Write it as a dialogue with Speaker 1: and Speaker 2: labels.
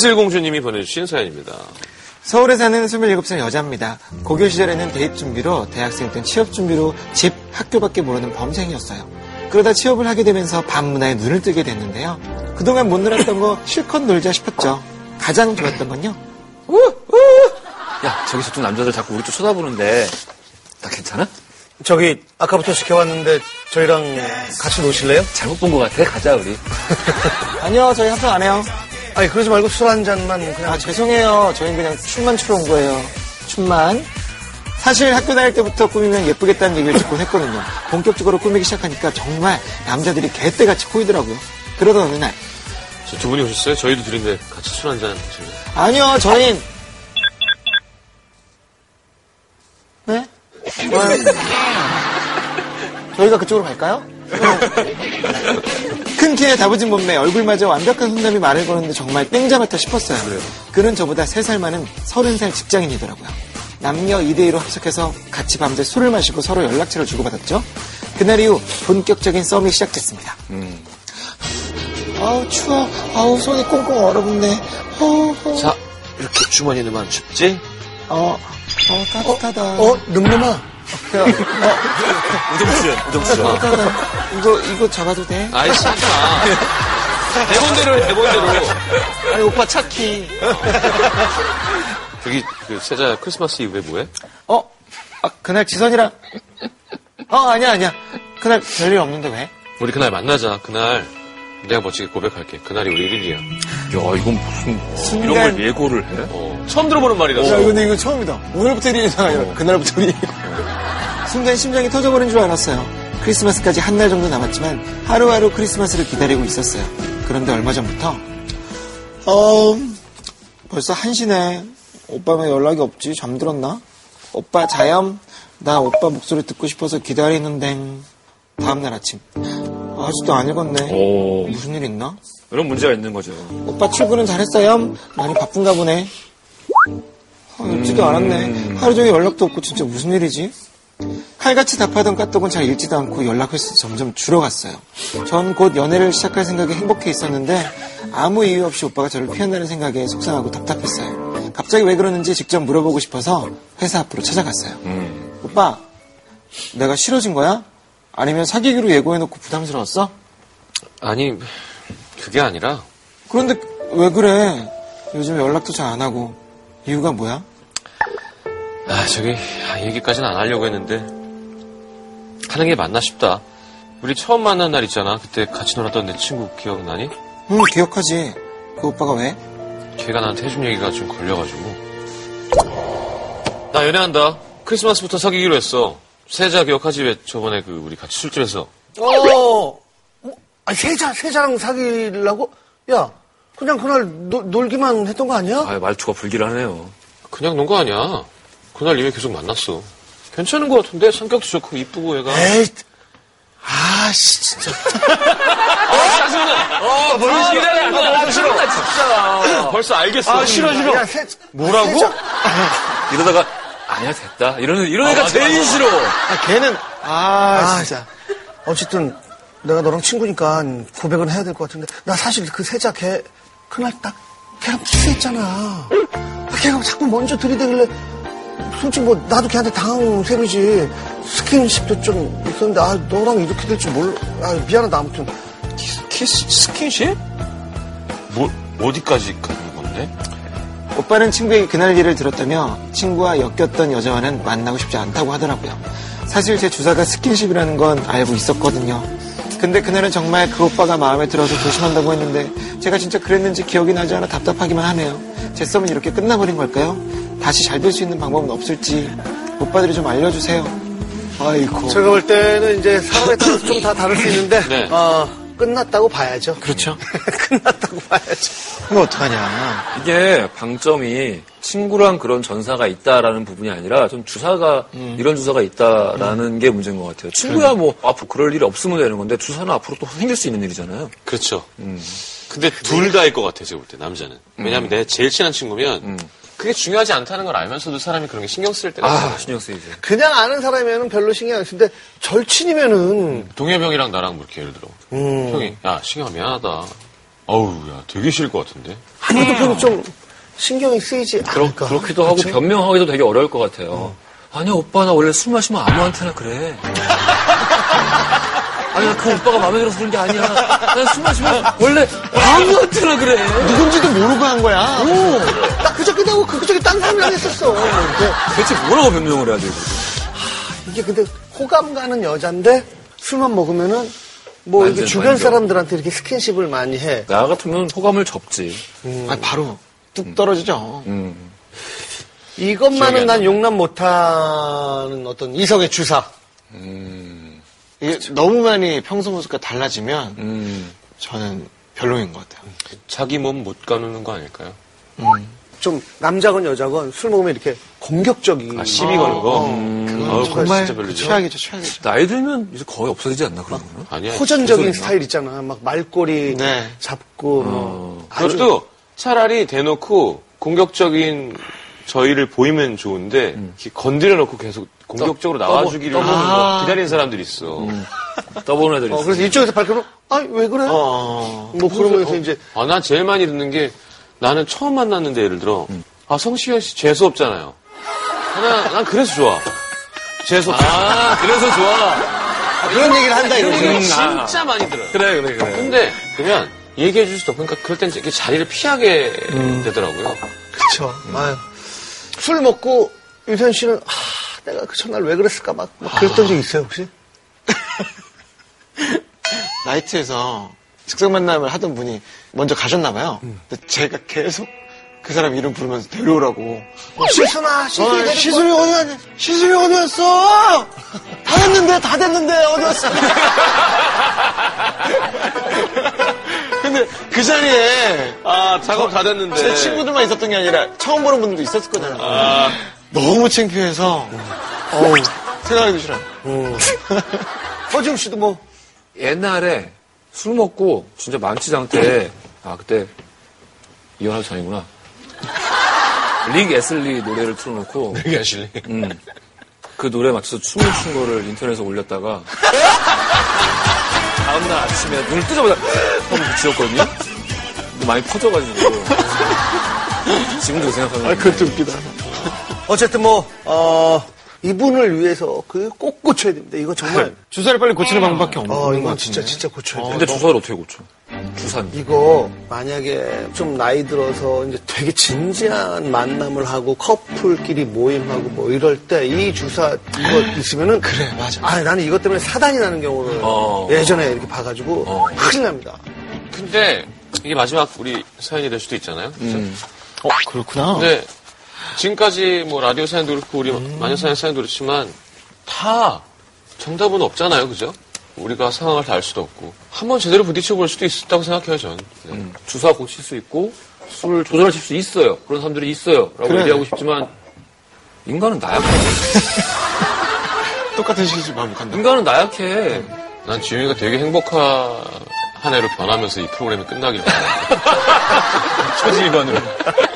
Speaker 1: 이슬공주님이 보내주신 사연입니다.
Speaker 2: 서울에 사는 27살 여자입니다. 고교 시절에는 대입 준비로 대학생 땐 취업 준비로 집, 학교밖에 모르는 범생이었어요. 그러다 취업을 하게 되면서 밤 문화에 눈을 뜨게 됐는데요. 그동안 못 놀았던 거 실컷 놀자 싶었죠. 가장 좋았던 건요.
Speaker 3: 야, 저기서 좀 남자들 자꾸 우리 쪽 쳐다보는데, 나 괜찮아?
Speaker 4: 저기 아까부터 시켜왔는데 저희랑 같이 노실래요?
Speaker 3: 잘못 본 것 같아. 가자, 우리.
Speaker 2: 아니요, 저희 합성 안 해요.
Speaker 4: 아니 그러지 말고 술 한 잔만 그냥
Speaker 2: 아, 죄송해요. 저희는 그냥 춤만 추러 온 거예요. 춤만. 사실 학교 다닐 때부터 꾸미면 예쁘겠다는 얘기를 듣곤 했거든요. 본격적으로 꾸미기 시작하니까 정말 남자들이 개떼같이 꼬이더라고요. 그러던 어느 날,
Speaker 1: 저 두 분이 오셨어요? 저희도 둘인데 같이 술 한잔 하실래요?
Speaker 2: 아니요, 저희는. 네? 좋아요. 저희가 그쪽으로 갈까요? 어. 큰 키에 다부진 몸매, 얼굴마저 완벽한 손남이 말을 거는데 정말 땡잡았다 싶었어요. 그는 저보다 3살 많은 30살 직장인이더라고요. 남녀 2대2로 합석해서 같이 밤새 술을 마시고 서로 연락처를 주고받았죠. 그날 이후 본격적인 썸이 시작됐습니다. 아우, 추워. 아우, 손이 꽁꽁 얼어붙네. 허허.
Speaker 1: 자, 이렇게 주머니에 넣으면 춥지?
Speaker 2: 어, 어, 따뜻하다.
Speaker 4: 어? 늠름아
Speaker 3: 우정수련, 우정수련.
Speaker 1: 아,
Speaker 2: 따뜻하다. 아, 이거, 이거 그렇죠. 잡아도 돼?
Speaker 1: 아이, 진짜. 대본대로 해, 대본대로.
Speaker 2: 아니, 오빠 착히.
Speaker 1: 저기, 그, 세자 크리스마스 이후에 뭐해?
Speaker 2: 어? 아, 그날 지선이랑. 어, 아니야, 아니야. 그날 별일 없는데 왜?
Speaker 1: 우리 그날 만나자. 그날. 내가 멋지게 고백할게. 그날이 우리 1일이야.
Speaker 3: 야, 이건 무슨,
Speaker 2: 순간-
Speaker 3: 이런 걸 예고를 해?
Speaker 1: 어, 처음 들어보는 말이다.
Speaker 2: 야, 근데 이거 처음이다. 오늘부터 1일이잖아. 아니라 그날부터 1일. 순간 심장이 터져버린 줄 알았어요. 크리스마스까지 한 날 정도 남았지만 하루하루 크리스마스를 기다리고 있었어요. 그런데 얼마 전부터 어, 벌써 한시네. 오빠 왜 연락이 없지? 잠들었나? 오빠 자염? 나 오빠 목소리 듣고 싶어서 기다리는데 다음날 아침 아직도 안 읽었네.
Speaker 3: 오,
Speaker 2: 무슨 일 있나?
Speaker 3: 어. 이런 문제가 있는 거죠.
Speaker 2: 오빠 출근은 잘했어요? 많이 바쁜가 보네. 아, 읽지도 않았네. 하루 종일 연락도 없고 진짜 무슨 일이지? 칼같이 답하던 까똑은 잘 읽지도 않고 연락 횟수 점점 줄어갔어요. 전 곧 연애를 시작할 생각에 행복해 있었는데 아무 이유 없이 오빠가 저를 피한다는 생각에 속상하고 답답했어요. 갑자기 왜 그러는지 직접 물어보고 싶어서 회사 앞으로 찾아갔어요. 오빠, 내가 싫어진 거야? 아니면 사귀기로 예고해놓고 부담스러웠어?
Speaker 1: 아니, 그게 아니라,
Speaker 2: 그런데 왜 그래? 요즘 연락도 잘 안 하고 이유가 뭐야?
Speaker 1: 아, 저기, 아, 얘기까지는 안 하려고 했는데, 하는 게 맞나 싶다. 우리 처음 만난 날 있잖아. 그때 같이 놀았던 내 친구 기억나니?
Speaker 2: 응 기억하지. 그 오빠가 왜?
Speaker 1: 걔가 나한테 해준 얘기가 좀 걸려가지고. 나 연애한다. 크리스마스부터 사귀기로 했어. 세자 기억하지? 왜 저번에 그 우리 같이 술집에서.
Speaker 4: 어 아, 세자 세자랑 사귀려고? 야 그냥 그날 노- 놀기만 했던 거 아니야?
Speaker 3: 아, 말투가 불길하네요.
Speaker 1: 그냥 논 거 아니야. 그날 이후에 계속 만났어. 괜찮은 것 같은데? 성격도 좋고 이쁘고
Speaker 2: 아,
Speaker 1: 얘가.
Speaker 4: 에이 아씨 진짜
Speaker 1: 아, 벌써 기다려. 싫어. 진짜. 벌써 알겠어. 아, 싫어,
Speaker 4: 야, 세,
Speaker 1: 뭐라고?
Speaker 3: 이러다가, 아니야, 됐다. 이러는, 이런 애가
Speaker 1: 맞아,
Speaker 3: 제일
Speaker 1: 맞아.
Speaker 3: 싫어.
Speaker 2: 아 걔는 아,
Speaker 4: 아 진짜 어쨌든 내가 너랑 친구니까 고백은 해야 될 것 같은데 나 사실 그 세자 걔 그날 딱 걔랑 키스했잖아 걔가 자꾸 먼저 들이대길래 솔직히 뭐 나도 걔한테 당한 셈이지 스킨십도 좀 있었는데 아 너랑 이렇게 될 줄 몰라 아 미안하다 아무튼
Speaker 1: 키스, 스킨십? 뭐, 어디까지 가는 건데?
Speaker 2: 오빠는 친구에게 그날 일을 들었다며 친구와 엮였던 여자와는 만나고 싶지 않다고 하더라고요. 사실 제 주사가 스킨십이라는 건 알고 있었거든요. 근데 그날은 정말 그 오빠가 마음에 들어서 조심한다고 했는데 제가 진짜 그랬는지 기억이 나지 않아 답답하기만 하네요. 제 썸은 이렇게 끝나버린 걸까요? 다시 잘 될 수 있는 방법은 없을지 오빠들이 좀 알려주세요. 아이고.
Speaker 4: 제가 볼 때는 이제 사람에 따라서 좀 다 다를 수 있는데
Speaker 1: 네.
Speaker 4: 어, 끝났다고 봐야죠
Speaker 1: 그렇죠.
Speaker 4: 끝났다고 봐야죠
Speaker 2: 그럼 어떡하냐.
Speaker 3: 이게 방점이 친구랑 그런 전사가 있다라는 부분이 아니라 좀 주사가
Speaker 1: 음.
Speaker 3: 이런 주사가 있다라는 게 문제인 것 같아요. 친구야 뭐 앞으로 그럴 일이 없으면 되는 건데 주사는 앞으로 또 생길 수 있는 일이잖아요.
Speaker 1: 그렇죠. 근데 둘 다일 것 같아, 제가 볼 때, 남자는. 왜냐면 내 제일 친한 친구면, 그게 중요하지 않다는 걸 알면서도 사람이 그런 게 신경 쓸 때가 있어요.
Speaker 3: 아 신경 쓰이지.
Speaker 4: 그냥 아는 사람이면 별로 신경 안 쓰는데 절친이면은
Speaker 1: 동엽 형이랑 나랑 뭐 이렇게 예를 음. 들어. 형이, 야, 신경 미안하다. 어우, 야, 되게 싫을 것 같은데.
Speaker 4: 아무래도 그건 좀 신경이 쓰이지 않을까.
Speaker 3: 그러니까. 그렇, 기도 하고
Speaker 4: 그쵸?
Speaker 3: 변명하기도 되게 어려울 것 같아요. 아니 오빠 나 원래 술 마시면 아무한테나 그래. 아니 나그 오빠가 마음에 들어서 그런 게 아니야. 난 술 마시면 원래 아무한테나 그래.
Speaker 2: 누군지도 모르고 한 거야.
Speaker 4: 나 그저께 나고 그저께 딴 사람이랑 했었어. 근데
Speaker 3: 대체 뭐라고 변명을 해야 돼? 이거?
Speaker 4: 이게 근데 호감 가는 여잔데 술만 먹으면은 뭐 이게
Speaker 3: 완전,
Speaker 4: 주변
Speaker 3: 완전.
Speaker 4: 사람들한테 이렇게 스킨십을 많이 해.
Speaker 3: 나 같으면 호감을 접지.
Speaker 2: 아, 바로 뚝 떨어지죠.
Speaker 3: 음.
Speaker 4: 이것만은 난 용납 못하는 어떤 이성의 주사.
Speaker 2: 이게 너무 많이 평소 모습과 달라지면
Speaker 3: 음.
Speaker 2: 저는 별로인 것 같아요.
Speaker 1: 자기 몸 못 가누는 거 아닐까요?
Speaker 4: 좀 남자건 여자건 술 먹으면 이렇게 공격적인.
Speaker 1: 아, 시비 거는 거? 아우,
Speaker 2: 그건
Speaker 1: 음. 그건
Speaker 2: 정말
Speaker 1: 진짜 별로죠.
Speaker 2: 최악이죠, 최악이죠.
Speaker 3: 나이 들면 이제 거의 없어지지 않나 그런 거는?
Speaker 1: 아니야.
Speaker 4: 호전적인
Speaker 1: 개소리야.
Speaker 4: 스타일 있잖아. 막 말꼬리
Speaker 2: 네.
Speaker 4: 잡고. 뭐
Speaker 1: 어.
Speaker 4: 아주
Speaker 1: 그것도 차라리 대놓고 공격적인 저희를 보이면 좋은데 이렇게 건드려 놓고 계속 공격적으로
Speaker 3: 떠보-
Speaker 1: 나와주기를
Speaker 3: 떠보는
Speaker 2: 거.
Speaker 1: 기다리는 음. 사람들이 있어.
Speaker 3: 아, 떠보는 애들이
Speaker 4: 어,
Speaker 3: 있어.
Speaker 4: 그래서 이쪽에서 발걸음, 아, 왜 그래?
Speaker 2: 어,
Speaker 4: 뭐 그러면서 이제
Speaker 1: 아, 난 제일 많이 듣는 게 나는 처음 만났는데 예를 들어 아 성시현 씨 재수 없잖아요. 아, 난, 난 그래서 좋아. 재수 없.
Speaker 3: 아 그래서 좋아.
Speaker 2: 그런 얘기를 한다,
Speaker 1: 이런 얘기
Speaker 2: 이러지.
Speaker 1: 진짜 많이 들어요.
Speaker 3: 그래 그래 그래.
Speaker 1: 근데 그러면 얘기해 줄 수도 없고 그러니까 그럴 땐 이렇게 자리를 피하게 되더라고요.
Speaker 4: 그쵸. 아유. 술 먹고 유현 씨는 아, 내가 그 첫날 왜 그랬을까 막, 막
Speaker 2: 아.
Speaker 4: 그랬던 적 있어요 혹시?
Speaker 2: 나이트에서 직접 만남을 하던 분이 먼저 가셨나봐요. 근데 제가 계속 그 사람 이름 부르면서 데려오라고.
Speaker 4: 실수나 실수
Speaker 2: 어, 시술이 어디 갔냐? 시술이 어디 갔어? 다 됐는데, 다 됐는데, 어디 갔어? 근데 그 자리에
Speaker 1: 아 작업 다 됐는데.
Speaker 2: 제 친구들만 있었던 게 아니라 처음 보는 분들도 있었을 네. 거잖아요. 너무 창피해서, 어우, 생각하기도 싫어요.
Speaker 4: 허지웅 씨도 뭐
Speaker 3: 옛날에 술 먹고 진짜 만취상태에 아 그때 이혼할 전이구나 릭 애슬리 노래를 틀어놓고
Speaker 1: 얘기하실래?
Speaker 3: 음, 그 노래 에 맞춰서 춤을 춘 거를 인터넷에 올렸다가 다음날 아침에 눈을 뜨자마자 하고 지었거든요 많이 퍼져가지고 지금도 생각하면
Speaker 4: 어쨌든 뭐 어, 이분을 위해서 그 꼭 고쳐야 됩니다. 이거 정말
Speaker 2: 네. 주사를 빨리 고치는 방법밖에 없는
Speaker 4: 어
Speaker 2: 것
Speaker 4: 이거
Speaker 2: 같아요.
Speaker 4: 진짜 진짜 고쳐야 돼.
Speaker 3: 근데 주사를 어떻게 고쳐 주사인데
Speaker 4: 이거 만약에 좀 나이 들어서 이제 되게 진지한 만남을 하고 커플끼리 모임하고 뭐 이럴 때 이 주사 이거 있으면은 그래
Speaker 2: 음. 맞아.
Speaker 4: 아 나는 이것 때문에 사단이 나는 경우를
Speaker 3: 어.
Speaker 4: 예전에 이렇게 봐가지고
Speaker 3: 어.
Speaker 4: 큰일 납니다.
Speaker 1: 근데 이게 마지막 우리 사연이 될 수도 있잖아요. 그죠?
Speaker 2: 어, 그렇구나.
Speaker 1: 근데 지금까지 뭐 라디오 사연도 그렇고 우리 마녀 사연 사연도 그렇지만 다 정답은 없잖아요, 그죠? 우리가 상황을 다 알 수도 없고 한번 제대로 부딪혀 볼 수도 있었다고 생각해요, 전. 네.
Speaker 3: 주사 고칠 수 있고 술을 조절하실 수 있어요 그런 사람들이 있어요 라고 얘기하고 싶지만 인간은 나약해
Speaker 2: 똑같은 시기지 반복한다.
Speaker 3: 인간은 나약해.
Speaker 1: 난 지윤이가 되게 행복한 한 해로 변하면서 이 프로그램이 끝나길 바라. 초지일관으로.